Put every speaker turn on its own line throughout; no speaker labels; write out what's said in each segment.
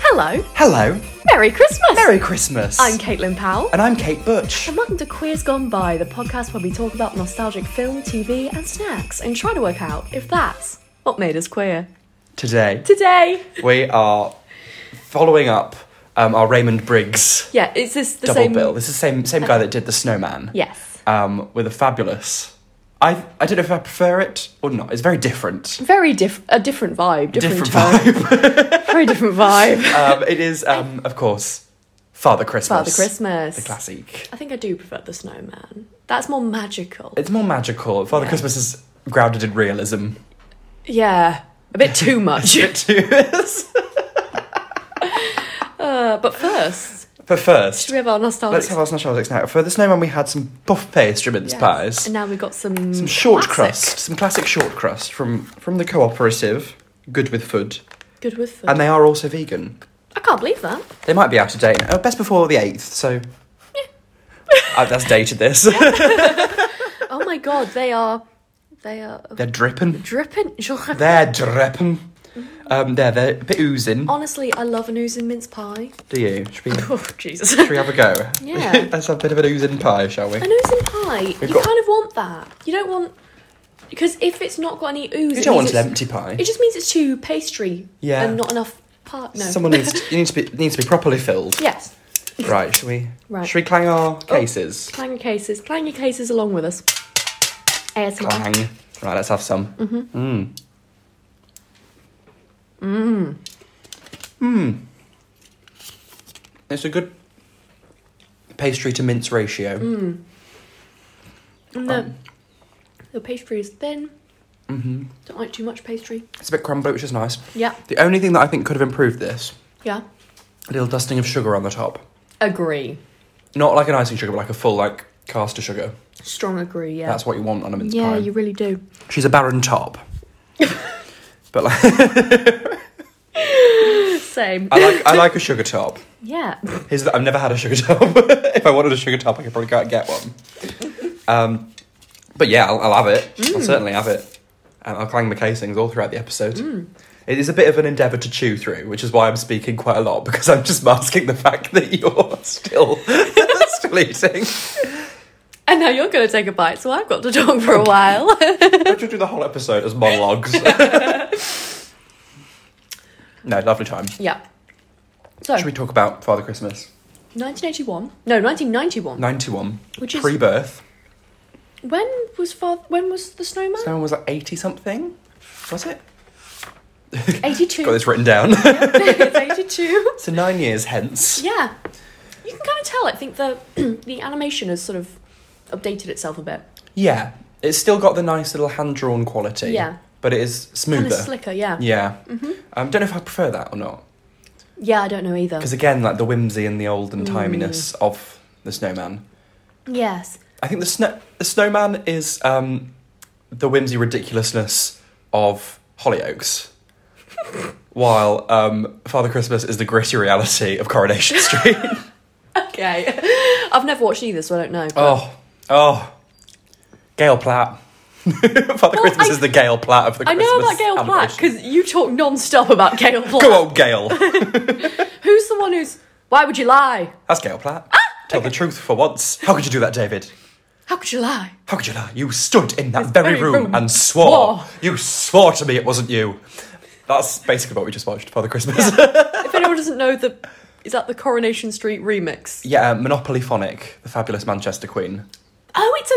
Hello,
Hello,
Merry Christmas!
Merry Christmas.
I'm Caitlin Powell,
and I'm Kate Butch.
and welcome to Queers Gone By, the podcast where we talk about nostalgic film, TV, and snacks and try to work out if that's what made us queer.
Today
Today!
we are following up um, our Raymond Briggs
Yeah, is this the
double
same?
bill. This is the same same guy that did the Snowman.
Yes.
Um, with a fabulous. I I don't know if I prefer it or not. It's very different.
Very diff- a different vibe, different,
Different
tone,
vibe.
very different vibe.
um, it is um, of course Father Christmas.
Father Christmas.
The classic.
I think I do prefer the snowman. That's more magical.
It's more magical. Father
Yeah.
Christmas is grounded in realism.
yeah, a bit too much.
but
uh, but first,
first,
should we have our nostalgic?
Let's have our nostalgics now. For the snowman, we had some puff pastry mince
Yes.
pies,
And now we've got some
some short
classic.
crust, some classic short crust from from the cooperative, good with food,
Good with food.
and they are also vegan.
I can't believe that.
They might be out of date. now. best before the eighth, so Uh, that's dated. This
Oh my god, they are, they are
they're dripping.
dripping. dripping.
They're dripping. Um, there, they're a bit oozing.
Honestly, I love an oozing mince pie.
Do you? Should we, should
Oh Jesus,
we have a go?
Yeah.
Let's have a bit of an oozing pie, shall we?
an oozing pie.
We've
you
got-
kind of want that. You don't want because if it's not got any ooze,
You
it
don't want
means
an
it's-
empty pie.
It just means it's too pastry.
Yeah.
And not enough part. No.
Someone needs to, you need to be needs to be properly filled.
yes.
Right, should we?
Right. Oh,
Should we clang our cases?
Clang your cases. Clang your cases along with us. ASMR.
Clang. Right, let's have some. Mm-hmm. Mm. Mm.
Mm.
Mm. It's a good pastry to mince ratio.
Mm. And the, the pastry is thin. Mm-hmm. Don't like too much pastry.
It's a bit crumbly, which is nice.
Yeah.
The only thing that I think could have improved this,
Yeah.
a little dusting of sugar on the top.
Agree.
Not like an icing sugar, but like a full, like, caster sugar.
Strong agree. Yeah.
That's what you want on a mince
yeah,
pie.
you really do.
She's a barren top. but like,
Same.
I like, I like a sugar top.
yeah.
Here's the, I've never had a sugar top. if I wanted a sugar top, I could probably go out and get one. Um, but yeah, I'll, I'll have it.
Mm.
I'll certainly have it. And I'll clang the casings all throughout the episode.
Mm.
It is a bit of an endeavour to chew through, which is why I'm speaking quite a lot because I'm just masking the fact that you're still still eating.
And now you're going to take a bite, so I've got to talk for a while.
I should do the whole episode as monologues. no, lovely time.
yeah. So,
Should we talk about Father Christmas?
1981. No, 1991.
Ninety one,
Which is-
pre-birth.
When was Father, when was the snowman?
Someone was like eighty something. Was it? Got
82.
this written down.
it's 82.
So nine years hence.
Yeah. You can kind of tell. I think the the animation has sort of updated itself a bit.
Yeah. It's still got the nice little hand drawn quality.
Yeah.
But it is
Kind
smoother.
of slicker, yeah. yeah.
Yeah. Um, don't know if I prefer that or not.
I don't know either.
Because again, like the whimsy and the olden timiness of the snowman.
Yes.
I think the snow the snowman is um, the whimsy ridiculousness of Hollyoaks. While um, Father Christmas is the gritty reality of Coronation Street.
Okay. I've never watched either, so I don't know. but-
oh, oh, Gail Platt. Father
Well,
Christmas
I-
is the Gail Platt of the
I
Christmas.
know about Gail Platt
animation.
because you talk non-stop about Gail Platt.
Go on, Gail.
Who's the one who's? Why would you lie?
That's Gail Platt.
Ah,
Tell the truth for once. How could you do that, David?
How could you lie?
How could you lie? You stood in that very,
very
room,
room.
and swore.
Swore.
You swore to me it wasn't you. That's basically what we just watched, Father Christmas. Yeah,
If anyone doesn't know, the is that the Coronation Street remix?
uh, Monopoly Phonic, the fabulous Manchester Queen.
Oh, it's a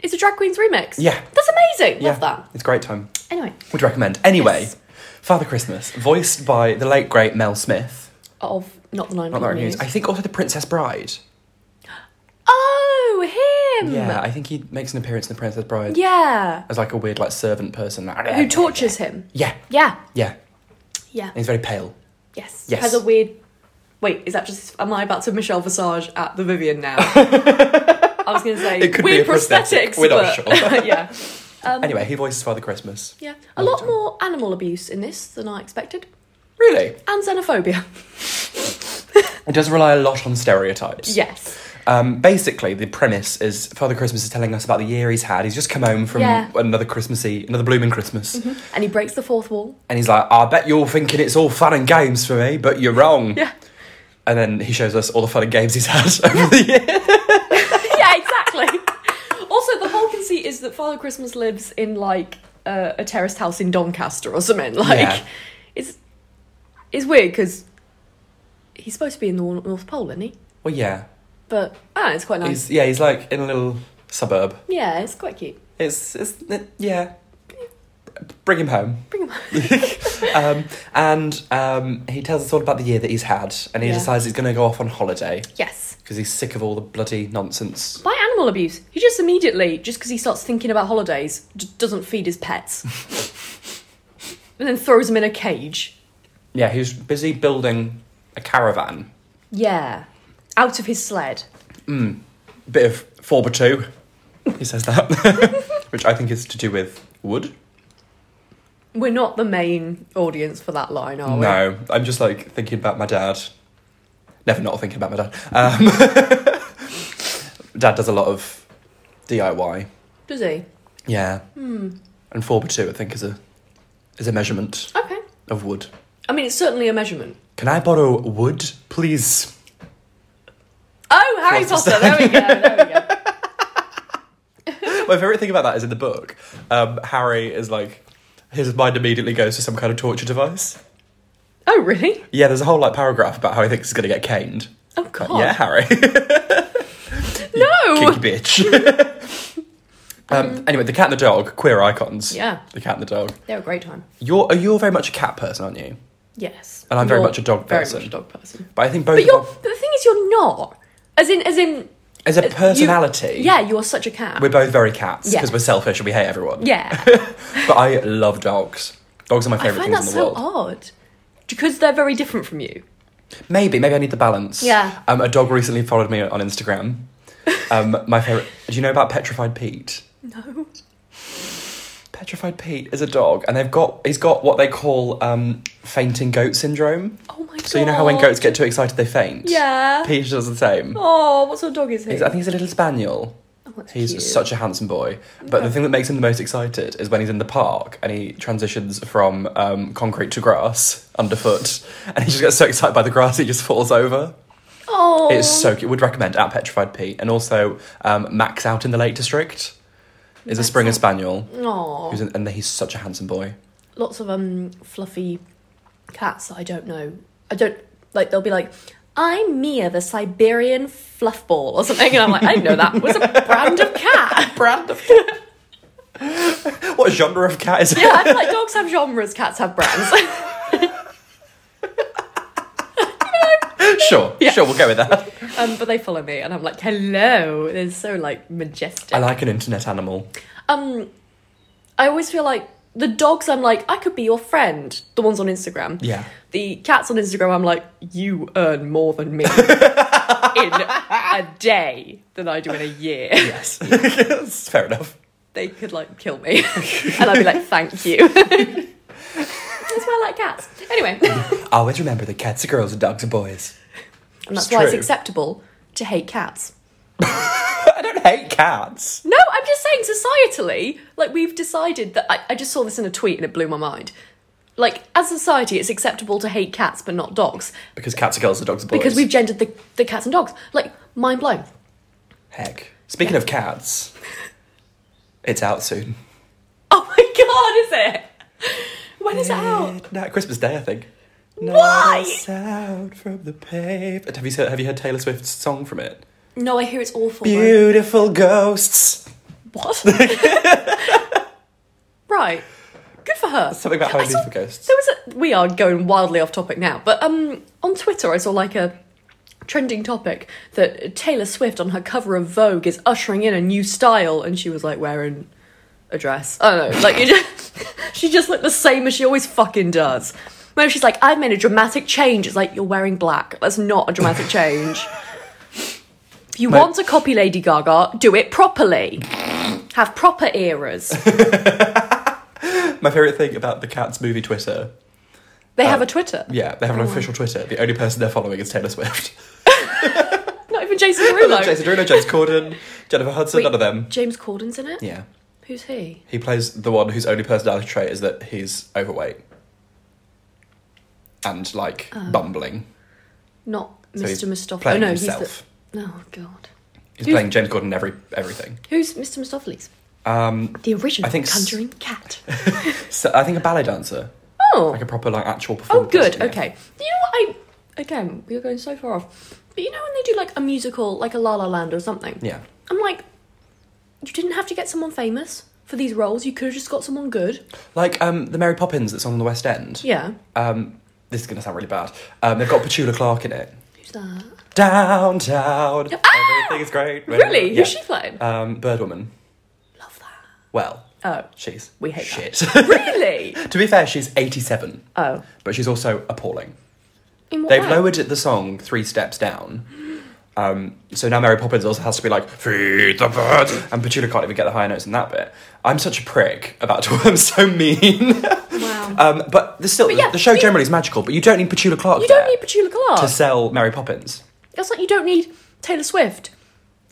it's a drag queen's remix.
Yeah.
that's amazing.
Yeah,
Love that.
it's a great time.
Anyway,
Would recommend. Anyway,
Yes.
Father Christmas, voiced by the late great Mel Smith.
of not the nine.
Not that news.
News.
I think also the Princess Bride.
Oh, him.
Yeah, I think he makes an appearance in the Princess Bride
Yeah.
as like a weird like servant person.
Who tortures him?
Yeah,
Yeah.
yeah.
Yeah.
And he's very pale.
Yes.
Yes.
Has a weird. Wait, is that just? Am I about to Michelle Visage at the Vivian now? I was going to say
It could be
weird
a prosthetic.
prosthetics.
We're not
but, yeah. Um,
Anyway, he voices Father Christmas.
Yeah. A lot more animal abuse in this than I expected,
Really?
and xenophobia.
It does rely a lot on stereotypes.
yes.
Um, basically, the premise is Father Christmas is telling us about the year he's had. He's just come home from
Yeah. Mm-hmm.
another Christmassy, another blooming Christmas.
And he breaks the fourth wall.
And he's like, I bet you're thinking it's all fun and games for me, but you're wrong.
Yeah.
And then he shows us all the fun and games he's had over the year.
yeah, exactly. Also, the whole conceit is that Father Christmas lives in like a a terraced house in Doncaster or something. Like,
Yeah.
it's it's weird because he's supposed to be in the Nor- North Pole, isn't he?
Well, yeah.
But ah, it's quite nice.
He's, yeah, he's like in a little suburb.
Yeah, it's quite cute.
It's, it's it- yeah. Bring him home.
Bring him.
um, and um, he tells us all about the year that he's had, and he
Yeah.
decides he's going to go off on holiday
yes.
because he's sick of all the bloody nonsense.
By animal abuse, he just immediately, just because he starts thinking about holidays, d- doesn't feed his pets, and then throws them in a cage.
Yeah, he's busy building a caravan.
Yeah, out of his sled.
Bit of fortitude. He says that, which I think is to do with wood.
We're not the main audience for that line, are we?
No, I'm just like thinking about my dad. Never not thinking about my dad. Um, dad does a lot of DIY.
Does he?
Yeah. Hmm. And fortitude, I think, is a is a measurement
Okay.
of wood.
I mean, it's certainly a measurement.
Can I borrow wood, please?
Oh, Harry
Lots
Potter. There we go. There we go.
My favourite thing about that is in the book, um, Harry is like, his mind immediately goes to some kind of torture device.
Oh, really?
Yeah, there's a whole like paragraph about how he thinks he's gonna get caned.
Oh God.
Uh, Yeah, Harry.
No.
Kinky bitch. um, anyway, the cat and the dog, queer icons.
Yeah.
The cat and the dog.
They're a great time.
You're oh, you're very much a cat person, aren't you?
Yes.
And I'm very
You're
much a dog
very
person.
much a dog person.
But I think both
But
of
you're.
our-
But the thing is, you're not. As in, as in.
as
uh,
a
you-
personality,
yeah, you're such a cat.
we're both very cats
Yeah.
because we're selfish and we hate everyone.
yeah.
but I love dogs. Dogs are my
I
favourite
find
things
that
in the
so
world.
odd because they're very different from you.
Maybe, maybe I need the balance.
Yeah.
Um, a dog recently followed me on Instagram. Um, my favorite. Do you know about Petrified Pete?
No.
Petrified Pete is a dog, and they've got he's got what they call um, fainting goat syndrome.
Oh my god.
So you know how when goats get too excited, they faint.
Yeah.
Pete does the same.
Oh, what sort of dog is he?
He's- I think he's a little spaniel.
Oh, that's
He's
cute.
such a handsome boy. But the thing that makes him the most excited is when he's in the park and he transitions from um, concrete to grass underfoot, and he just gets so excited by the grass he just falls over.
Oh.
It's so cute. Would recommend at Petrified Pete and also um, Max out in the Lake District is a
Max
Springer
Out.
Spaniel,
Aw.
who's in, and he's such a handsome boy.
lots of um fluffy cats that I don't know. I don't like. They'll be like, "I'm Mia, the Siberian fluffball" or something, and I'm like, "I didn't know that was a brand of cat."
Brand of what genre of cat is it?
Yeah, I feel like dogs have genres, cats have brands.
Sure,
Yeah.
sure, we'll go with that.
um, but they follow me, and I'm like, "Hello!" They're so like majestic.
I like an internet animal.
um, I always feel like the dogs. I'm like, I could be your friend. The ones on Instagram.
Yeah.
The cats on Instagram. I'm like, you earn more than me in a day than I do in a year.
Yes. Yes, Fair enough.
they could like kill me, and I'd be like, "Thank you." That's why I like cats. Anyway, and
Always remember that cats are girls and dogs are boys.
that's
It's
why it's
true.
acceptable to hate cats.
I don't hate cats.
No, I'm just saying societally, like we've decided that. I, I just saw this in a tweet and it blew my mind. Like as a society, it's acceptable to hate cats but not dogs
Because cats are girls and dogs are boys.
because we've gendered the, the cats and dogs. Like mind blown.
Heck. Speaking of cats, it's out soon.
Oh my god, is it? When is it out?
Midnight- Christmas Day, I think.
Why?
Not a sound from the pavement. Have you heard, have you heard Taylor Swift's song from it?
No, I hear it's awful. though.
Beautiful ghosts.
What? right. Good for her.
Something about how
I
I
saw-
for ghosts.
There was a, we are going wildly off topic now, but um, on Twitter I saw like a trending topic that Taylor Swift on her cover of Vogue is ushering in a new style, and she was like wearing a dress. I don't know, like you just, she just looked the same as she always fucking does. When she's like, I've made a dramatic change, it's like you're wearing black. That's not a dramatic change. If you
My-
want to copy Lady Gaga, do it properly. Have proper eras.
My favourite thing about the Cats movie Twitter.
They have a Twitter.
Yeah, they have an official Twitter. The only person they're following is Taylor Swift.
Not even even Jason Derulo.
Hello, Jason Derulo, James Corden, Jennifer Hudson,
Wait,
none of them.
James Corden's in it.
Yeah.
Who's he?
He plays the one whose only personality trait is that he's overweight and like
Oh.
bumbling.
Not
So
Mr.
he's
Mistopheles.
playing
oh no,
himself.
he's the. Oh god.
He's
Who's-
playing James Corden in every everything.
Who's Mr. Mistopheles?
Um,
The original
I think s-
Conjuring cat.
so I think a ballet dancer,
Oh.
like a proper like actual
Oh,
performer.
good. Okay. You know what? I again, we are going so far off. But you know when they do like a musical, like a La La Land or something.
Yeah.
I'm like, you didn't have to get someone famous for these roles. You could have just got someone good.
Like um, the Mary Poppins that's on the West End.
Yeah.
Um, this is gonna sound really bad. Um, they've got Petula Clark in it.
Who's that?
Downtown,
Ah!
everything is great.
Really?
Yeah.
Who's she playing?
Um, Birdwoman.
Love that.
Well,
Oh,
she's
we hate
shit.
really?
to be fair, she's eighty-seven,
Oh.
but she's also appalling.
In what
They've
way?
lowered the song three steps down. Um, so now Mary Poppins also has to be like, feed the birds. And Petula can't even get the high notes in that bit. I'm such a prick about to, I'm so mean.
Wow.
um, but there's still,
yeah,
the show
we-
generally is magical, but you don't need Petula Clark
you
there
don't need Petula Clark.
to sell Mary Poppins.
That's like you don't need Taylor Swift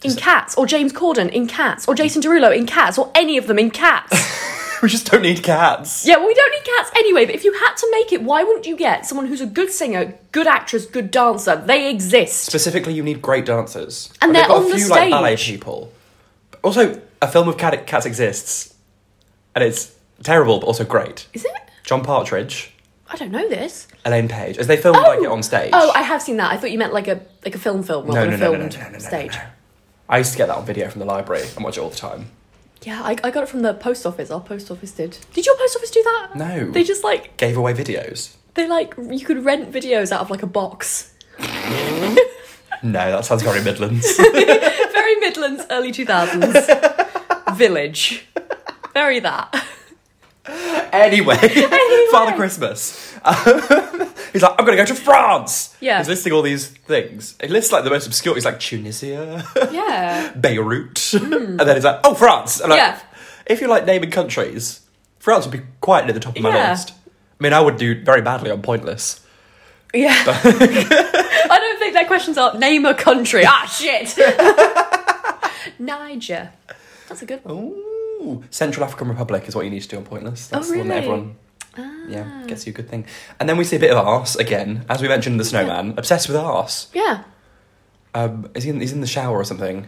in Cats or James Corden in Cats or Jason Derulo in Cats or any of them in Cats.
We just don't need cats.
yeah, well, we don't need Cats anyway, but if you had to make it, why wouldn't you get someone who's a good singer, good actress, good dancer? They exist.
Specifically, you need great dancers.
And
they've
they're
got
on
a
the
few like ballet
stage.
people. Also, a film of cat- cats exists, and it's terrible but also great.
Is it?
John Partridge,
I don't know this.
Elaine Page, as they filmed like it on stage.
Oh, I have seen that. I thought you meant like a like a film film rather than a filmed stage.
I used to get that on video from the library and watch it all the time.
Yeah, I, I got it from the post office. Our post office did. Did your post office do that?
No.
They just like
Gave away videos.
they like you could rent videos out of like a box.
No, that sounds very Midlands.
Very Midlands, early two thousands village. Very that.
anyway, Father Christmas. Um, he's like, I'm gonna go to France.
Yeah.
He's listing all these things. He lists like the most obscure. He's like Tunisia,
Yeah.
Beirut, and then he's like, oh France. And like,
Hmm. Yeah.
If you like naming countries, France would be quite near the top of my
Yeah.
list. I mean, I would do very badly on pointless.
Yeah. I don't think their questions are name a country. Ah shit. Niger. That's a good one.
Ooh, Central African Republic is what you need to do on Pointless. That's the one that
Oh, really? Ah.
everyone. Yeah, gets you a good thing. And then we see a bit of arse again, as we mentioned in The Snowman. Obsessed with arse.
Yeah.
Um, is he in, he's in the shower or something. And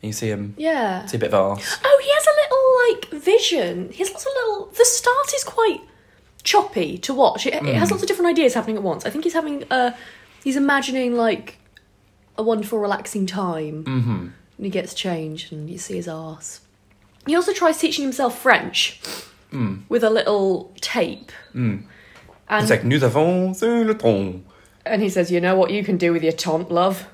you see him.
Yeah.
See a bit of arse.
Oh, he has a little like vision. He has lots of little. The start is quite choppy to watch. It, it
Mm.
has lots of different ideas happening at once. I think he's having a. He's imagining like a wonderful, relaxing time. Mm-hmm. And he gets changed, and you see his arse. He also tries teaching himself French with a little tape. And
Mm. It's like, nous avons sur le ton.
and he says, "You know what you can do with your taunt, love."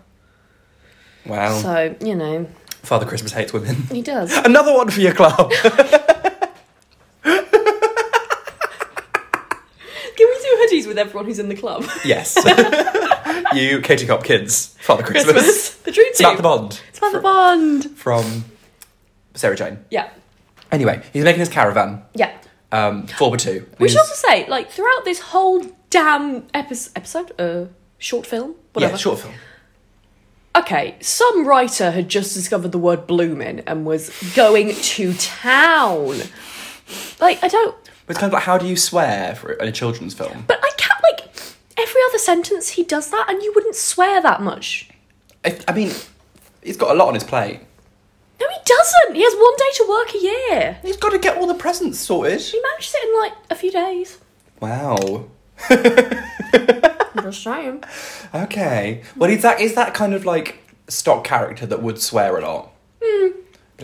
Wow.
So you know
Father Christmas hates women.
he does.
Another one for your club.
Can we do hoodies with everyone who's in the club?
yes. you, Katie Cop kids. Father Christmas.
Christmas, the dream team.
Samantha Bond.
Samantha Bond.
From Sarah Jane.
Yeah,
Anyway, he's making his caravan.
yeah.
Um, four by two.
We should
He's-
also say, like, throughout this whole damn episode, episode, uh, short film, whatever.
Yeah, short film.
Okay, some writer had just discovered the word "bloomin" and was going to town. Like, I don't,
But It's kind of like how do you swear for in a children's film?
but I can't. Like, every other sentence he does that, and you wouldn't swear that much.
I, I mean, he's got a lot on his plate.
No, he doesn't. He has one day to work a year.
He's got to get all the presents sorted.
He manages it in like a few days.
Wow.
I'm just saying.
Okay. Well, he's that is that kind of like stock character that would swear a lot. Hmm.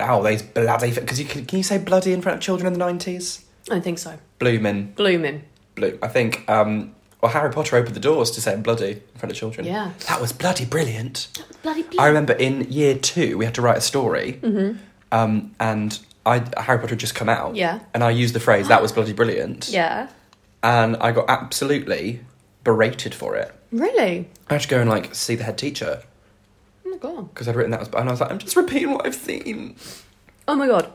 Oh, these bloody because you can, can you say bloody in front of children in the nineties?
I don't think so.
Bloomin',
Bloomin.
blue. I think. um Well, Harry Potter opened the doors to saying bloody in front of children.
Yeah.
That was bloody brilliant.
Bloody.
I remember in year two we had to write a story,
Mm-hmm.
um, and I Harry Potter had just come out.
Yeah.
And I used the phrase "that was bloody brilliant,"
yeah.
and I got absolutely berated for it.
Really?
I had to go and like see the head teacher
Oh my god.
because I'd written that, as- and I was like, "I'm just repeating what I've seen."
Oh my god.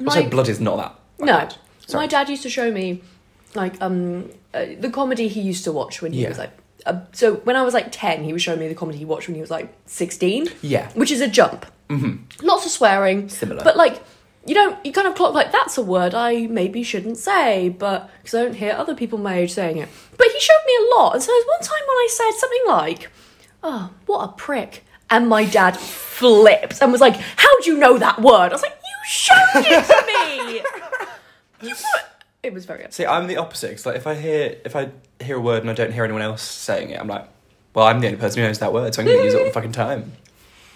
My,
Also, blood is not that. that
no,
bad.
my
Sorry.
dad used to show me like um uh, the comedy he used to watch when he
Yeah.
was like uh, so when I was like 10, he was showing me the comedy he watched when he was like 16.
Yeah.
Which is a jump. Mm-hmm. Lots of swearing.
Similar.
But like, you don't, you kind of clock like, that's a word I maybe shouldn't say, but because I don't hear other people my age saying it. But he showed me a lot. And so there's one time when I said something like, oh, what a prick. And my dad flipped and was like, how do you know that word? I was like, you showed it to me. You put- it was very upsetting.
See, I'm the opposite. 'cause, like, if I hear if I hear a word and I don't hear anyone else saying it, I'm like, well, I'm the only person who knows that word, so I'm going to use it all the fucking time.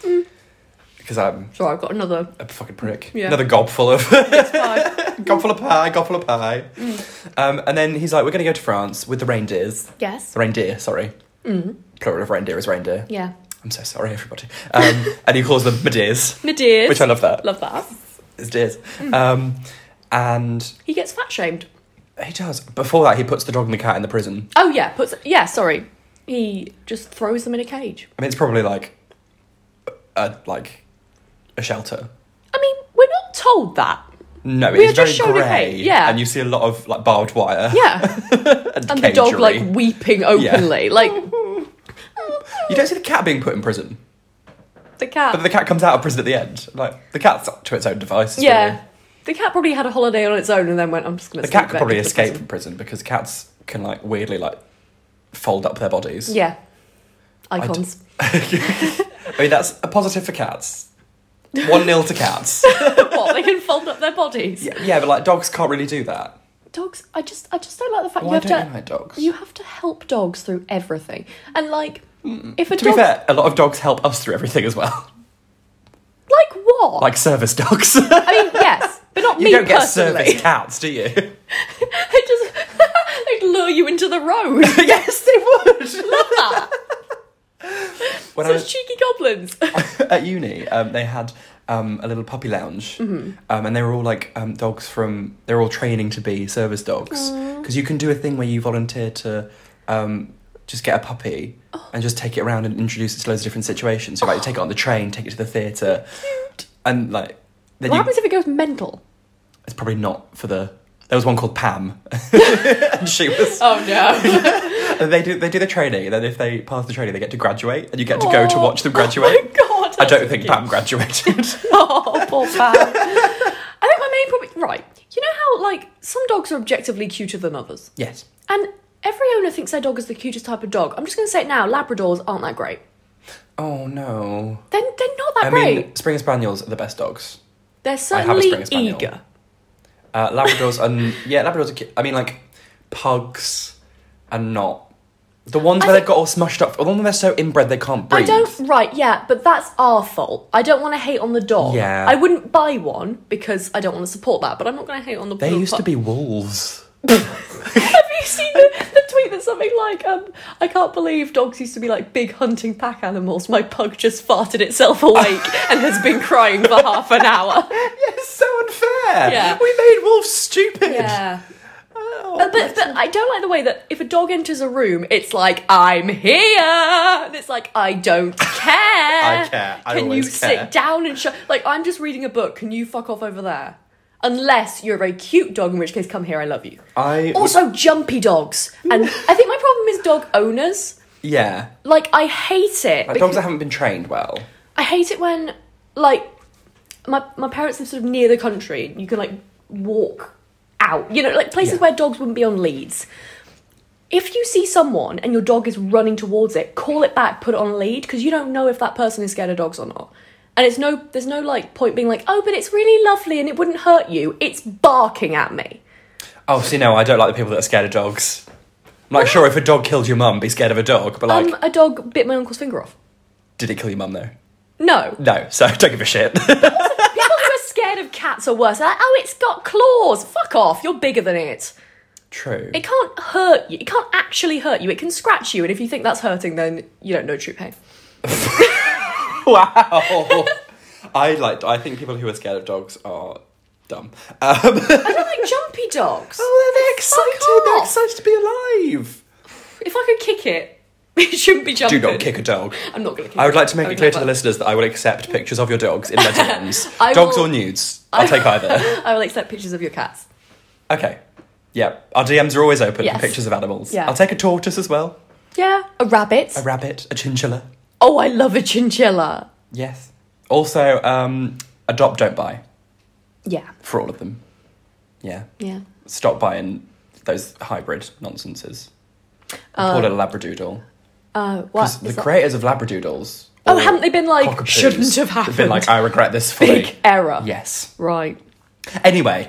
Because I'm
So I've got another
a fucking prick.
Mm. Yeah.
Another gob full of
five.
gob full of pie, gob full of pie. Um, and then he's like, we're going to go to France with the reindeers.
yes.
The reindeer, sorry. Plural of reindeer is reindeer.
Yeah.
I'm so sorry, everybody. Um, and he calls them Medeers,
Nadir.
which I love that.
Love that.
It's deers.
Mm.
Um, and
He gets fat shamed.
he does. Before that, he puts the dog and the cat in the prison.
Oh yeah, puts yeah, sorry. He just throws them in a cage.
I mean, it's probably like a like a shelter.
I mean, we're not told that.
No,
We
it's
are just
very
shown a
grey.
cage, yeah.
and you see a lot of like barbed wire.
Yeah.
and,
And the dog
cagery.
like weeping openly. Like
you don't see the cat being put in prison,
the cat.
but the cat comes out of prison at the end. Like the cat's up to its own devices.
yeah.
really.
The cat probably had a holiday on its own and then went, I'm just gonna
the
sneak
cat could
back
probably
into the
escape
prison."
from prison because cats can like weirdly like fold up their bodies.
Yeah.
d-
Icons.
I mean that's a positive for cats. One nil to cats.
what? They can fold up their bodies.
yeah, yeah, but like dogs can't really do that.
Dogs I just I just don't like the fact you
Why
have
don't
to
you like dogs?
You have to help dogs through everything. And like if a
to
dog
be fair, a lot of dogs help us through everything as well.
like what?
like service dogs.
I mean, yes, but not
you
me
don't get
personally.
service cats, do you?
they just they'd lure you into the road. Love
yes, they would.
that.
When I
Such
was
cheeky goblins.
at uni, um, they had um, a little puppy lounge,
Mm-hmm.
um, and they were all like um, dogs from. they were all training to be service dogs because you can do a thing where you volunteer to. Um, just get a puppy
Oh.
and just take it around and introduce it to loads of different situations. So, like, you take it on the train, take it to the theatre, and like, then
What
you,
happens if it goes mental?
it's probably not for the. There was one called Pam, and she was
Oh no!
And they do they do the training, and then if they pass the training, they get to graduate, and you get to go to
Oh.
watch them
Oh
graduate.
my god!
I don't
that's
think
cute.
Pam graduated.
Oh, poor Pam. I think my main problem. Right, you know how like some dogs are objectively cuter than others,
yes,
and every owner thinks their dog is the cutest type of dog. I'm just going to say it now: Labradors aren't that great.
Oh no.
They're, they're not that
I
great.
mean, Springer Spaniels are the best dogs.
they're
I have a
certainly
Springer Spaniel.
eager.
Uh, Labradors and yeah, Labradors. Are cute. I mean, like pugs and not the ones
I
where
think-
they've got all smushed up. The one where they're so inbred they can't breathe.
I don't. Right, yeah, but that's our fault. I don't want to hate on the dog.
Yeah.
I wouldn't buy one because I don't want to support that. But I'm not going to hate on the.
They
the
used to
pu-
be wolves.
Have you seen the, the tweet that's something like, um, "I can't believe dogs used to be like big hunting pack animals. My pug just farted itself awake and has been crying for half an hour."
It's so unfair.
Yeah.
We made wolves stupid.
Yeah. Uh,
Oh.
But, but, but I don't like the way that if a dog enters a room, it's like, I'm here! And it's like, I don't care! I
care. I
Can you
always care.
sit down and shut? Like, I'm just reading a book. Can you fuck off over there? Unless you're a very cute dog, in which case, come here, I love you.
I
Also, jumpy dogs. And I think my problem is dog owners.
yeah.
Like, I hate it.
Like
because-
dogs that haven't been trained well.
I hate it when like my my parents live sort of near the country. You can like walk out, you know, like places
Yeah.
where dogs wouldn't be on leads. If you see someone and your dog is running towards it, call it back, put it on a lead because you don't know if that person is scared of dogs or not. And it's no, there's no like point being like, oh, but it's really lovely and it wouldn't hurt you. It's barking at me.
Oh, see, no, I don't like the people that are scared of dogs. I'm like, sure, if a dog killed your mum, be scared of a dog, but like,
um, a dog bit my uncle's finger off.
did it kill your mum though?
No,
No, so don't give a shit.
people who are scared of cats are worse. They're like, oh, it's got claws. Fuck off. You're bigger than it.
True.
It can't hurt you. It can't actually hurt you. It can scratch you, and if you think that's hurting, then you don't know true pain.
Wow. I like. I think people who are scared of dogs are dumb. Um,
I don't like jumpy dogs.
Oh, they're
excited, they're
excited to be alive.
If I could kick it, it shouldn't be jumping.
Do not kick a dog.
I'm not going to kick
I would like to make
I
it clear to
never.
the listeners that I will accept pictures of your dogs in their DMs.
I
dogs
will-
or nudes. I'll take either.
I will accept pictures of your cats.
Okay. Yeah. Our DMs are always open for
Yes.
pictures of animals.
Yeah.
I'll take a tortoise as well.
Yeah, a rabbit.
A rabbit, a chinchilla.
oh, I love a chinchilla.
Yes. Also, um, adopt, don't buy
Yeah,
for all of them. Yeah.
yeah.
Stop buying those hybrid nonsenses. I call it a labradoodle.
Uh, what?
Because the
is that-
creators of labradoodles.
Oh,
or
haven't they been like,
cockapoos
shouldn't have
have Been like,
happened.
I regret this fully.
Big error. oh
Yes.
Right.
Anyway,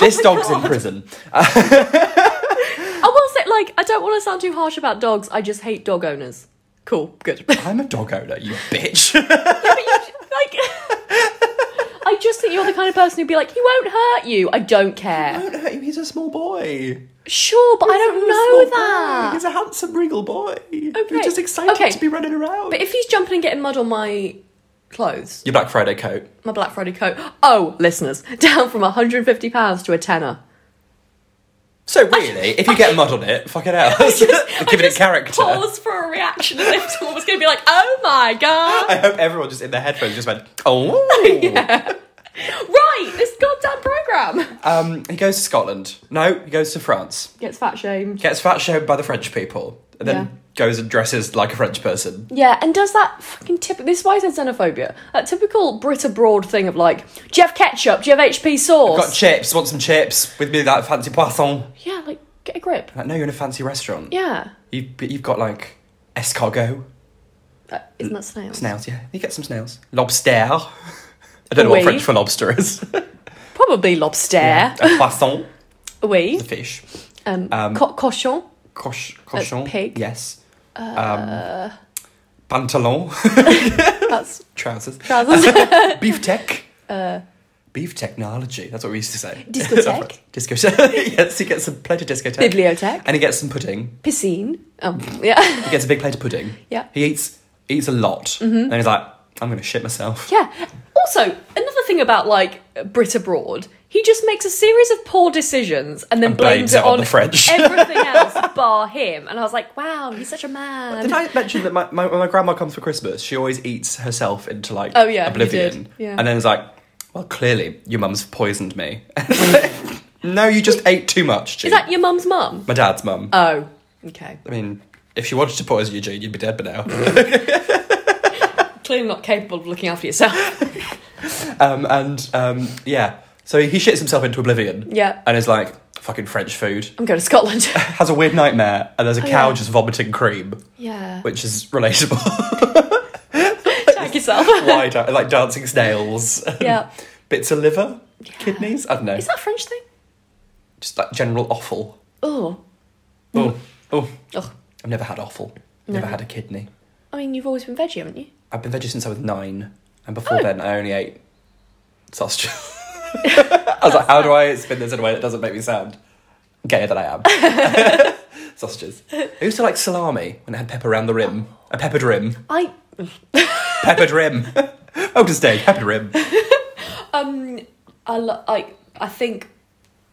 this dog's in prison.
I will say, Oh, like, I don't want to sound too harsh about dogs. I just hate dog owners. Cool. Good.
I'm a dog owner, you bitch.
like I just think you're the kind of person who'd be like, he won't hurt you. I don't care.
don't hurt him, he's a small boy.
Sure, but I don't know that.
He's a handsome, wrinkled boy.
Okay.
He's just excited
Okay.
to be running around.
But if he's jumping and getting mud on my clothes,
Your Black Friday coat.
my Black Friday coat, oh, listeners, down from 150 pounds to a tenner.
So really, if you get mud on it, fuck it out. Giving it
Just
character.
Pause for a reaction as if someone was going to be like, "Oh my god!"
I hope everyone just in their headphones just went, oh.
Right, this goddamn program
Um, he goes to Scotland. No, he goes to France.
gets fat shamed.
Gets fat shamed by the French people. And then
Yeah.
goes and dresses like a French person.
Yeah, and does that fucking tip? This is why I said xenophobia. That typical Brit abroad thing of like, do you have ketchup? Do you have HP sauce?
Got chips, want some chips with me, that fancy poisson.
Yeah, like get a grip.
Like, no, you're in a fancy restaurant.
Yeah,
You, you've got like escargot,
Uh, isn't that snail?
snails, yeah. You get some snails. Lobster. I don't know what
Oui.
French for lobster is.
Probably lobster.
a poisson,
Oui.
the fish.
Um,
Um,
co- cochon.
Coche, cochon.
pig. Uh.
Yes. Um, pantalon,
That's
trousers.
trousers.
Beef tech.
Uh.
Beef technology. That's what we used to say.
Discotheque.
discotheque. yes, he gets a plate of discotheque.
Bibliothèque.
And he gets some pudding.
Piscine. Oh, yeah.
He gets a big plate of pudding.
Yeah.
He eats eats a lot.
Mm-hmm.
And he's like, I'm gonna shit myself.
Yeah. Also, another thing about like Brit abroad, he just makes a series of poor decisions and then
And
blames, it on
the French.
everything else bar him. And I was like, wow, he's such a man.
Did I mention that my, my, when my grandma comes for Christmas, she always eats herself into like
Oh, yeah, you
oblivion.
did. Yeah.
And then it's like, well, clearly your mum's poisoned me. no, you just ate too much, Gene.
Is that your mum's mum?
my dad's mum.
Oh, okay.
I mean, if she wanted to poison you, Gene, you'd be dead by now.
Clearly not capable of looking after yourself.
Um, and um, yeah, so he shits himself into oblivion.
Yeah.
And is like, fucking French food.
I'm going to Scotland.
Has a weird nightmare, and there's a cow
Oh, yeah.
just vomiting cream,
yeah.
which is relatable.
Tag yourself.
Why? da- like dancing snails.
Yeah.
Bits of liver, kidneys. I don't know.
Is that a French thing?
just like general offal.
Oh.
Oh, oh.
Oh.
I've never had offal. Never had a kidney.
I mean, you've always been veggie, haven't you?
I've been veggie since I was nine, and before
Oh.
then I only ate sausage. I was like, how do I spin this in a way that doesn't make me sound gayer than I am? Sausages. I used to like salami when it had pepper around the rim. A peppered rim.
I
Peppered rim. oh, to stay. Peppered rim.
um I lo- I I think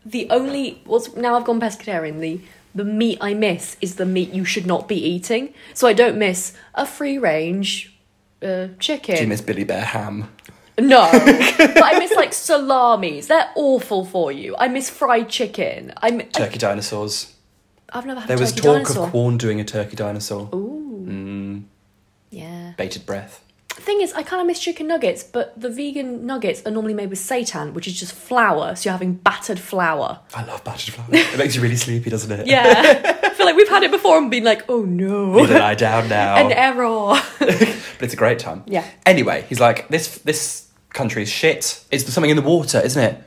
the only what's now I've gone pescatarian the the meat I miss is the meat you should not be eating. So I don't miss a free range uh, chicken.
Do you miss Billy Bear ham?
No, but I miss like salamis. They're awful for you. I miss fried chicken. I'm, I,
Turkey dinosaurs.
I've never had
There
a
was
turkey
talk
dinosaur.
of Quorn doing a turkey dinosaur.
yeah.
Bated breath.
Thing is, I kind of miss chicken nuggets, but the vegan nuggets are normally made with seitan, which is just flour. So you're having battered flour.
I love battered flour. It makes you really sleepy, doesn't it?
Yeah, I feel like we've had it before and been like, oh no,
Need to lie down now.
an error.
but it's a great time.
Yeah.
Anyway, he's like, this this country is shit. It's something in the water, isn't it?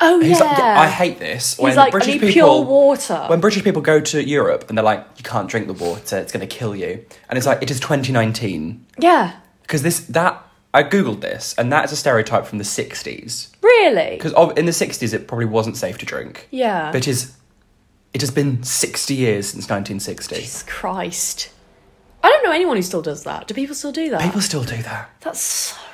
Oh
He's
yeah.
like, yeah, I hate this.
He's like, I need pure water.
When British people go to Europe and they're like, you can't drink the water, it's going to kill you. And it's like, it is 2019.
yeah,
Because this, that, I googled this, and that is a stereotype from the 60s.
really.
Because in the 60s, it probably wasn't safe to drink.
Yeah.
But it is, it has been 60 years since 1960.
Jesus Christ. I don't know anyone who still does that. Do people still do that?
People still do that.
That's so annoying.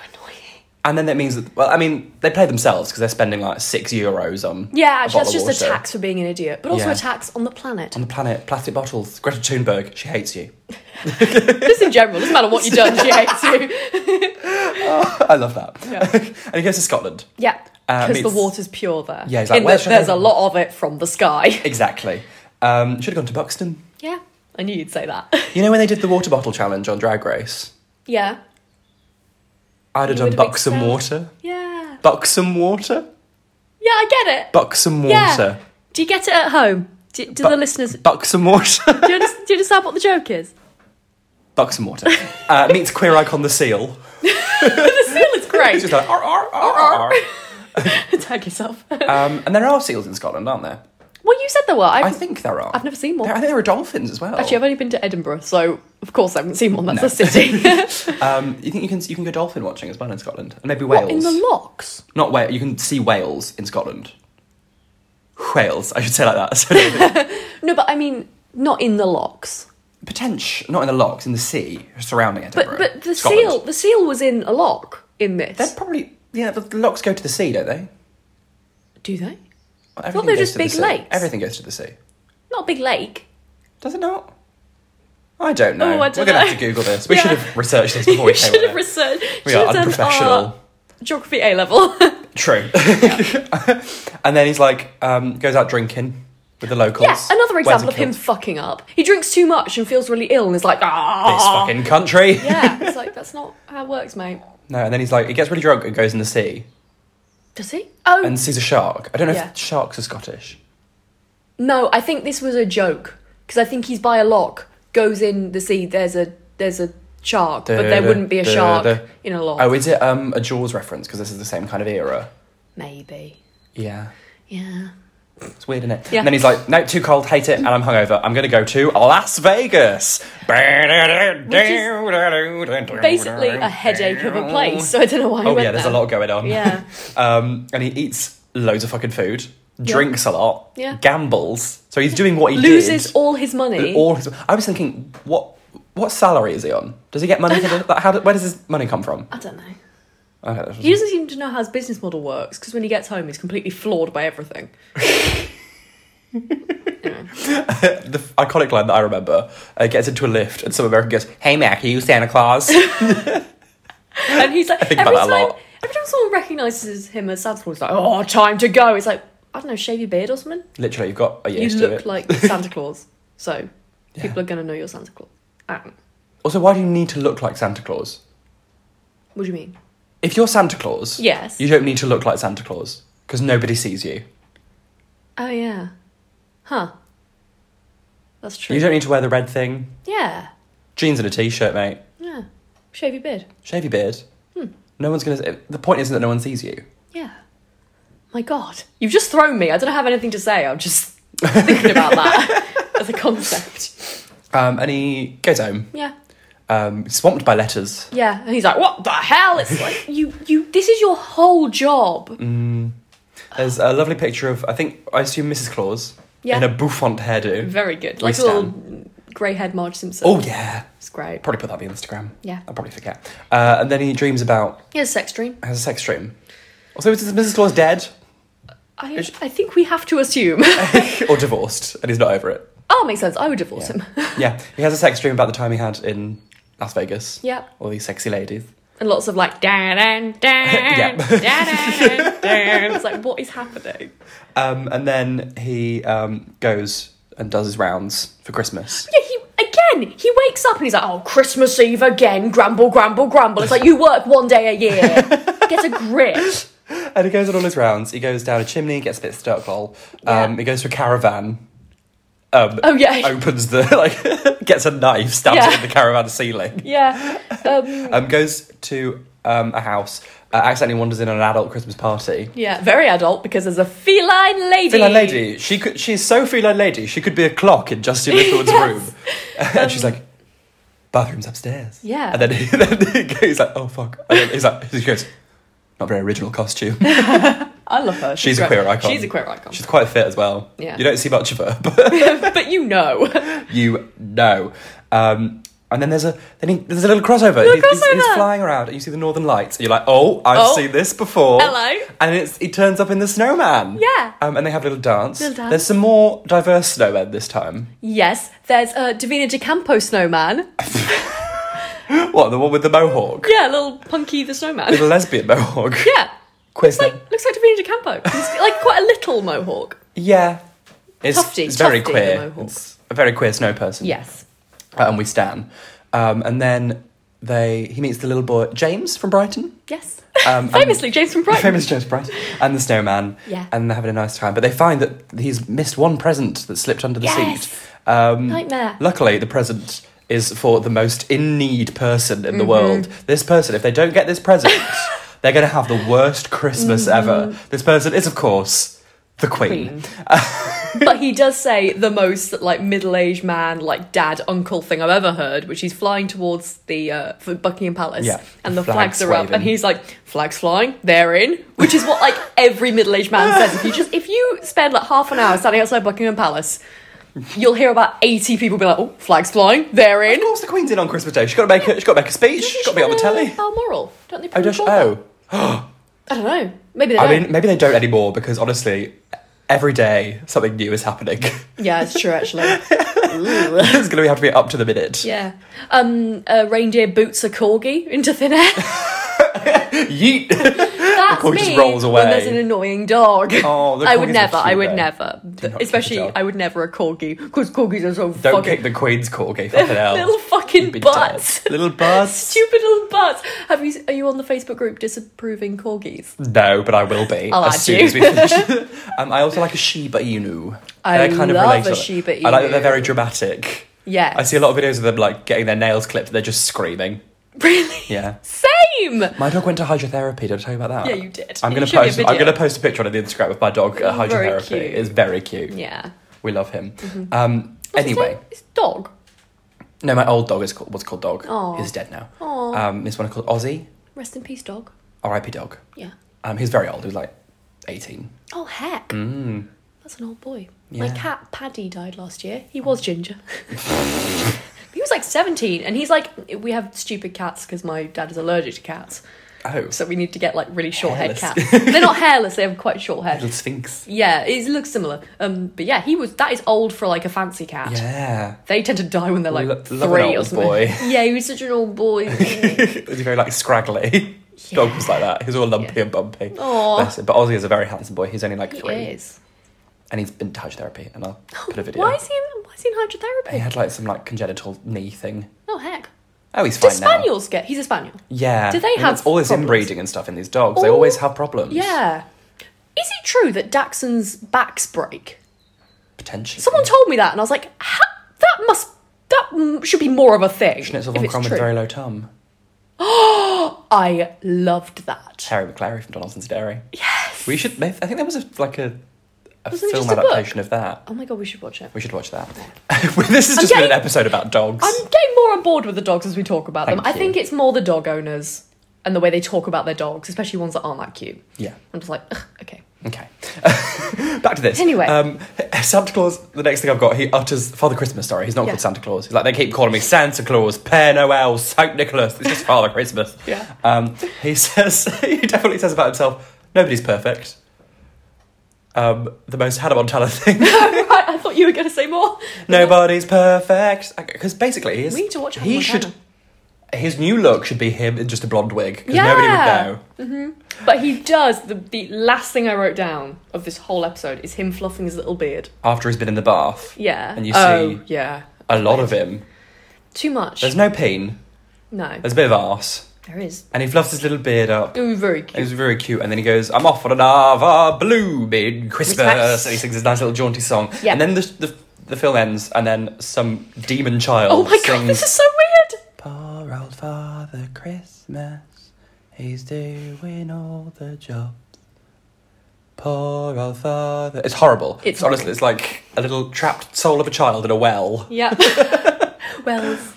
And then that means that, well, I mean, they play themselves because they're spending like six euros on.
Yeah, actually,
a
that's
bottle of
just a
water.
tax for being an idiot, but also
Yeah.
a tax on the planet.
On the planet, plastic bottles. Greta Thunberg, she hates you.
just in general, doesn't matter what you've done, she hates you.
I love that.
Yeah.
and he goes to Scotland.
Yeah, because
Um,
the
it's-
water's pure there.
Yeah, he's like,
In
"Where
that
should I
there's
go?"
a lot of it from the sky.
Exactly. Um, should have gone to Buxton.
yeah. I knew you'd say that.
You know when they did the water bottle challenge on Drag Race?
yeah.
I'd have
You
done
would've
buck some
excelled.
water.
Yeah.
Buck some water?
Yeah, I get it.
Buck some water.
Yeah. Do you get it at home? Do, do the
But-
listeners.
Buck some water.
Do you, understand, do you understand what the joke is?
buck some water. Uh, meets queer icon the seal.
The seal is
It's
great.
just like, "Arr, arr, arr, arr."
Tag yourself.
Um, and there are seals in Scotland, aren't there?
well, you said there were. I've,
I
I've,
think there are.
never seen one.
There, I think there are dolphins as well.
Actually, I've only been to Edinburgh, so of course I haven't seen one. That's
No.
a city.
um, you think you can you can go dolphin watching as well in Scotland, and maybe
what,
whales.
in the locks?
Not whale. You can see whales in Scotland. Whales, I should say like that. So
No, but I mean, not in the locks.
potential, not in the locks, in the sea surrounding Edinburgh.
But but the
Scotland.
seal the seal was in a lock in this.
They're probably yeah. But the locks go to the sea, don't they?
Do they?
Well, everything
thought they were
goes
just
to the
big
sea.
lakes.
Everything goes to the sea.
Not a big lake.
Does it not? I don't know.
Oh, I don't
We're gonna
know.
have to Google this. We
Yeah.
should have researched this before we
we
came
should
on
have
it.
researched.
We
should
are
have done
unprofessional.
Our geography A level.
True. and then he's like, um, goes out drinking with the locals.
yeah, another
Wears
example
a
of him
kilt.
fucking up. He drinks too much and feels really ill and is like,
This
ah.
fucking country.
yeah, it's like that's not how it works, mate.
No, and then he's like, he gets really drunk and goes in the sea
Does he? Oh
and sees a shark. I don't know
Yeah.
if sharks are Scottish.
no, I think this was a joke because I think he's by a lock, goes in the sea. There's a there's a shark, but there
Da-da,
wouldn't be a shark
da-da.
in a lock.
Oh, is it um, a Jaws reference? Because this is the same kind of era.
Maybe.
Yeah.
Yeah.
It's weird, isn't it?
Yeah.
And then he's like, no, too cold, hate it, and I'm hungover. I'm going to go to Las Vegas.
Basically, a headache of a place. So I don't know why. he
Oh,
went
yeah, there's a
there.
lot going on.
Yeah.
Um, and he eats loads of fucking food, drinks a lot,
Yeah.
gambles. So he's doing what he
Loses
did.
all his money.
all his. I was thinking, what what salary is he on? Does he get money? For the, like, how, do- where does his money come from?
I don't know.
Okay, that was-
He doesn't seem to know how his business model works because when he gets home, he's completely floored by everything.
the iconic line that I remember uh, gets into a lift, and some American goes, "Hey Mac, are you Santa Claus?"
And he's like,
think
every
about that a
time,
lot.
every time someone recognises him as Santa Claus, he's like, oh, time to go. It's like, I don't know, shave your beard or something.
Literally, you've got a year
You
to do
look
it.
like Santa Claus, so
Yeah.
people are going to know you're Santa Claus. I don't know.
also, why do you need to look like Santa Claus?
What do you mean?
If you're Santa Claus,
Yes.
you don't need to look like Santa Claus because nobody sees you.
Oh, yeah. Huh. That's true.
You don't need to wear the red thing.
Yeah.
Jeans and a t-shirt, mate.
Yeah. Shave your beard.
Shave your beard.
Hmm.
No one's gonna. The point isn't that no one sees you.
Yeah. My God. You've just thrown me. I don't have anything to say. I'm just thinking about that as a concept.
Um, and he goes home,
Yeah.
um, swamped by letters.
Yeah. And he's like, what the hell? It's like, you, you, this is your whole job.
Mm. There's a lovely picture of, I think, I assume Mrs. Claus
Yeah.
in a bouffant hairdo.
Very good. Like a
stan.
little grey haired Marge Simpson.
Oh yeah,
It's great.
probably put that on the Instagram.
Yeah.
I'll probably forget. Uh, and then he dreams about
He has a sex dream.
has a sex dream. Also, is Mrs. Claus dead
I, I think we have to assume.
or divorced, and he's not over it?
oh, makes sense. I would divorce him.
Yeah, he has a sex dream about the time he had in Las Vegas.
Yeah.
all these sexy ladies.
And lots of like, dan, dan, dan, dan, dan, dan. It's like, what is happening?
Um, and then he um, goes and does his rounds for Christmas.
Yeah, he again. He wakes up and he's like, "Oh, Christmas Eve again, grumble, grumble, grumble." It's like you work one day a year. Get a grip.
And he goes on all his rounds. He goes down a chimney, gets a bit stuck, lol. Um,
Yeah.
He goes to a caravan. Um,
Oh, yeah.
Opens the, like, gets a knife, stabs
Yeah.
it in the caravan ceiling.
Yeah. Um,
Um, goes to um, a house, uh, accidentally wanders in on an adult Christmas party.
yeah. Very adult because there's a feline lady.
Feline lady, she could, she's so feline lady, she could be a clock in Justin Littlewood's
Yes.
room. and she's like, bathroom's upstairs.
Yeah.
And then, he, then he goes, he's like, oh fuck. And then he's like, he goes, not very original costume.
I love her.
She's a
great.
queer icon.
She's a queer icon.
She's quite fit as well.
Yeah.
You don't see much of her, but
but you know,
you know. Um, and then there's a then he, there's a little crossover.
Little
he's, he's- he's
crossover.
flying around, and you see the Northern Lights, and you're like, "Oh, I've
Oh.
seen this before."
Hello.
And it's he turns up in the snowman.
Yeah.
Um, and they have a little dance.
Little dance.
There's some more diverse snowmen this time.
yes. There's a uh, Davina De Campo snowman.
What the one with the mohawk?
Yeah, little Punky the snowman.
The lesbian mohawk.
Yeah.
Quiz.
Like looks like Davina De Campo. He's like quite a little mohawk.
yeah. It's,
Tufty,
it's very
Tufty the
queer.
mohawk.
It's a very queer snow person.
Yes.
Uh, and we stan. Um, and then they he meets the little boy James from Brighton.
Yes.
Um, and-
Famously, James from Brighton.
Famous James Brighton and the snowman.
Yeah.
And they're having a nice time. But they find that he's missed one present that slipped under the
Yes.
seat. Um,
Nightmare.
Luckily, the present is for the most in need person in
Mm-hmm.
the world. This person, if they don't get this present, they're going to have the worst Christmas ever. This person is, of course, the Queen.
Mm-hmm. Queen. but he does say the most like middle-aged man, like dad uncle thing I've ever heard, which he's flying towards the uh, for Buckingham Palace,
Yeah,
and the
flags
flags, are up,
waving.
and he's like flags flying, they're in, which is what like every middle-aged man says. If you just if you spend like half an hour standing outside Buckingham Palace, you'll hear about eighty people be like, oh, flags flying, they're in.
Of course, the Queen's in on Christmas Day. She's got to make a, she's got to make a speech. She's got to be on the telly.
Balmoral, don't they?
Oh,
record
does she?
that?
Oh.
I don't know. Maybe they
I
don't.
mean, maybe they don't anymore because honestly, every day something new is happening.
yeah, it's true actually. Ooh.
it's going to have to be up to the minute.
Yeah. Um, uh, reindeer boots a corgi into thin air.
Yeet.
That's
corgi
me.
just rolls
When there's
away.
an annoying dog.
Oh, the
I would
corgis are
never. I
cute,
would
though.
never.
not
Especially,
keep a dog.
I would never a corgi because corgis are so
Don't
fucking
kick the Queen's corgi. Fucking hell.
little fucking
Big
butts.
dad. Little butts.
Stupid little butts. Have you? Are you on the Facebook group disapproving corgis?
No, but I will be
I'll
as
add
soon
you.
as we finish. um, I also like a Shiba Inu.
I
They're
love
relatable.
a Shiba
I like that they're
Inu.
very dramatic.
Yes.
I see a lot of videos of them like getting their nails clipped. They're just screaming.
Really?
Yeah.
Same.
My dog went to hydrotherapy. Did I tell you about that?
Yeah, you did.
Uh, I'm
You
gonna
showed me a
post. I'm
video.
gonna post a picture on the Instagram of my dog at hydrotherapy.
Very cute.
It's very cute.
Yeah.
We love him. Um,
What's his
anyway,
name? it's dog.
no, my old dog is called, was called Dog.
Aw.
He's dead now.
Aw.
Um, this one called Ozzy.
Rest in peace, dog.
R.I.P. Dog.
Yeah.
Um, he's very old. He was like 18.
Oh heck.
Mm.
That's an old boy. My
Yeah.
cat Paddy died last year. He was ginger. he was like 17, and he's like, we have stupid cats because my dad is allergic to cats.
Oh,
So we need to get like really short haired
Hairless.
cats. They're not hairless, they have quite short hair.
little sphinx.
Yeah, it looks similar. Um, but yeah, he was. That is old for like a fancy cat.
Yeah.
They tend to die when they're like
Lo- love an
three or
old
something.
boy.
Yeah, he was such an old boy.
He's very like scraggly. Dog was like that. He was all lumpy
Yeah.
and bumpy.
Aw.
Bless him. But Ozzy is a very handsome boy. He's only like
he
three.
is.
And he's been to hydrotherapy. And I'll put a video.
Why is he in? Why is he in hydrotherapy?
He had like some like congenital knee thing.
Oh heck.
Oh, he's
Do
fine now.
spaniels get? He's a spaniel.
Yeah.
Do they
And
have
it's all this
problems?
inbreeding and stuff in these dogs? They
All-
always have problems.
Yeah. Is it true that Dachshunds backs break?
Potentially.
Someone told me that, and I was like, "Ha- that must that mm, should be more of a thing.
Schnitzel
if
von
it's
Krom with
true.
a very low tum.
I loved that.
Terry McClary from Donaldson's Dairy. Yes. We should. I think there was a, like a, a
Wasn't it
film
just a book?
adaptation of that.
Oh my god, we should watch it.
We should watch that. this has just been
getting-
an episode about dogs.
I'm getting more on board with the dogs as we talk about them.
Thank
I
you.
think it's more the dog owners and the way they talk about their dogs, especially ones that aren't that cute.
Yeah.
I'm just like, Ugh, okay.
Okay. Back to this.
Anyway.
Um, Santa Claus, the next thing I've got, he utters Father Christmas, sorry. He's not
Yeah.
called Santa Claus. He's like, they keep calling me Santa Claus, Père Noel, Saint Nicholas. It's just Father Christmas.
Yeah.
Um, he says, he definitely says about himself, nobody's perfect. Um, the most Hannah Montana thing.
right, I thought you were going to say more.
Nobody's perfect. Because basically, he's,
We need to watch Hannah
he should.
Montana.
His new look should be him in just a blonde wig. Because
Yeah. Mm-hmm.
nobody would know.
But he does. The, the last thing I wrote down of this whole episode is him fluffing his little beard.
After he's been in the bath,
Yeah.
And you
oh,
see-
yeah.
a lot of him.
Too much.
There's no peen.
no.
There's a bit of arse.
There is.
And he fluffs his little beard up.
Ooh, very
It
cute.
was very cute. And then he goes, I'm off for another blooming Christmas.
Christmas.
And he sings his nice little jaunty song.
Yeah.
And then the, the, the film ends, and then some demon child
Oh my god,
sings,
this is so weird.
Poor old Father Christmas, he's doing all the jobs. Poor old Father. It's horrible.
It's
honestly, it's like a little trapped soul of a child in a well.
Yeah. Wells.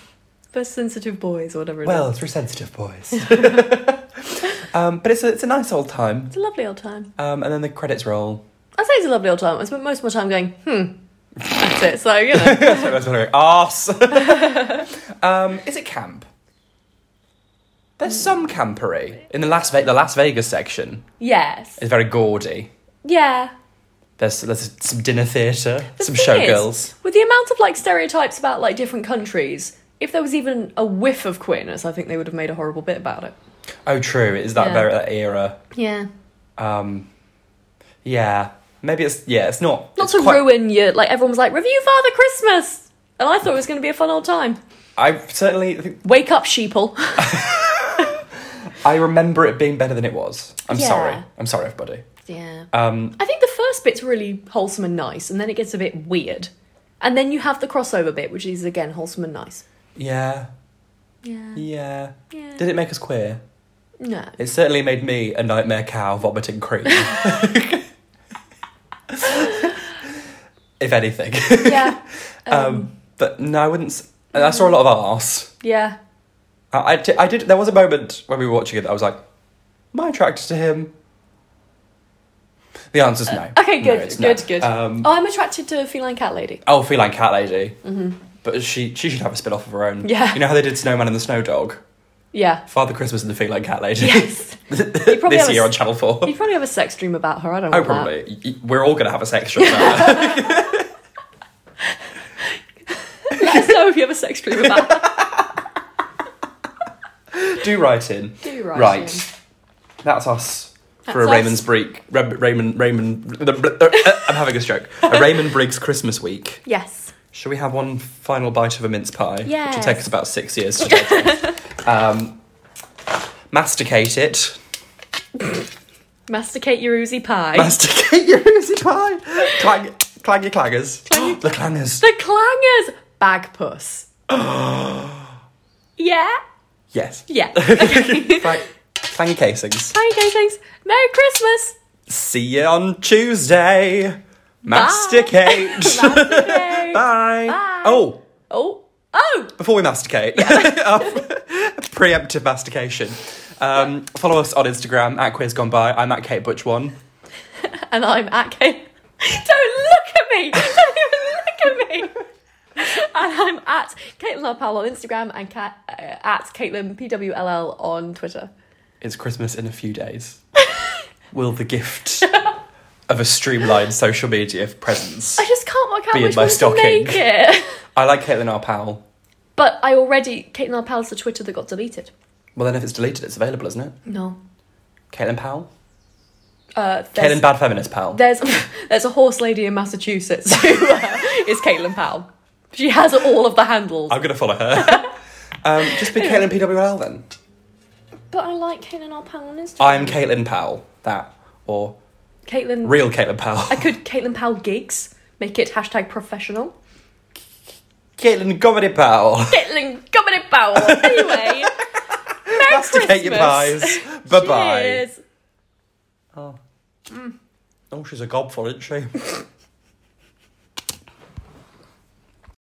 For sensitive boys or whatever it is.
Well, it's for sensitive boys. um, but it's a, it's a nice old time.
It's a lovely old time.
Um, and then the credits roll.
I say it's a lovely old time. I spent most of my time going, hmm. That's it. So, you know.
So that's what I go, Arse. um, is it camp? There's some campery in the Las, Ve- the Las Vegas section.
yes.
It's very gaudy.
Yeah.
There's there's some dinner theatre,
The
some
thing
showgirls.
is, with the amount of like stereotypes about like different countries, if there was even a whiff of queerness, I think they would have made a horrible bit about it.
Oh, true. It is that
Yeah.
very that era.
Yeah.
Um, yeah, Maybe it's yeah, it's not.
Not
it's
to
quite-
ruin your like everyone was like review Father Christmas, and I thought it was going to be a fun old time.
I certainly I think
Wake up, sheeple.
I remember it being better than it was. I'm
Yeah.
sorry. I'm sorry, everybody.
yeah.
Um,
I think the first bit's really wholesome and nice, and then it gets a bit weird, and then you have the crossover bit, which is again wholesome and nice.
yeah,
Yeah.
yeah.
Yeah.
Did it make us queer?
No.
It certainly made me a nightmare cow vomiting cream. if anything.
yeah.
Um, but no, I wouldn't. s- I saw a lot of arse.
Yeah.
I, I, di- I did. There was a moment when we were watching it that I was like, "Am I attracted to him?" The answer's no.
Uh, Okay.
No,
Good.
it's no.
good. Good.
Um,
oh, I'm attracted to feline cat lady.
Oh, feline cat lady. But she she should have a spin off of her own.
Mm-hmm. Yeah.
You know how they did Snowman and the Snow Dog,
Yeah.
Father Christmas and the feline cat lady.
Yes. probably
this
have a
year
s-
on Channel Four.
You'd probably have a sex dream about her. I don't.
Oh,
want that.
probably. Y- y- We're all gonna have a section. now.
Let us know if you have a sex dream about her.
Do write in.
Do write
Right. That's us. for a
That's
Raymond's
us.
Break, Ra- Raymond, Raymond, uh, I'm having a stroke. A Raymond Briggs Christmas week.
Yes.
Shall we have one final bite of a mince pie? Which will
Yes.
take us about six years to digest. um, masticate it.
Masticate your oozy pie.
Masticate your oozy pie. Clang, clangy clangers. the clangers.
the clangers. Bag puss. yeah.
Yes.
Yeah. Okay.
Clang, clangy casings.
Hi guys, thanks. Merry Christmas.
See you on Tuesday. Masticate.
Masticate.
Bye.
Bye.
Oh,
Oh. Oh.
before we masticate, our preemptive mastication. Um, follow us on Instagram at Quiz Gone By. I'm at Kate Butch One.
And I'm at Kate. Don't look at me. Don't even look at me. And I'm at Caitlin R. Powell on Instagram and cat, uh, at Caitlin PWLL on Twitter.
It's Christmas in a few days. Will the gift of a streamlined social media presence?
I just can't work out
Be in
which
my
one to
stocking.
make it.
I like Caitlin R. Powell.
But I already Caitlin R. Powell's the Twitter that got deleted.
Well, then if it's deleted, it's available, isn't it?
No.
Caitlin Powell?
Uh,
Caitlin
there's,
Bad Feminist Powell.
there's there's a horse lady in Massachusetts who uh, is Caitlin Powell. She has all of the handles.
I'm going to follow her. um, just be Caitlin PWL then.
but I like Caitlin R. Powell on Instagram.
I'm Caitlin Powell. That. Or
Caitlin.
real Caitlin Powell.
I could Caitlin Powell gigs. Make it hashtag professional.
Caitlin Comedy Powell.
Caitlin Comedy Powell. Anyway. Merry
Masticate your
Christmas.
pies. Bye bye.
Cheers.
Oh, she's a gobful, isn't she?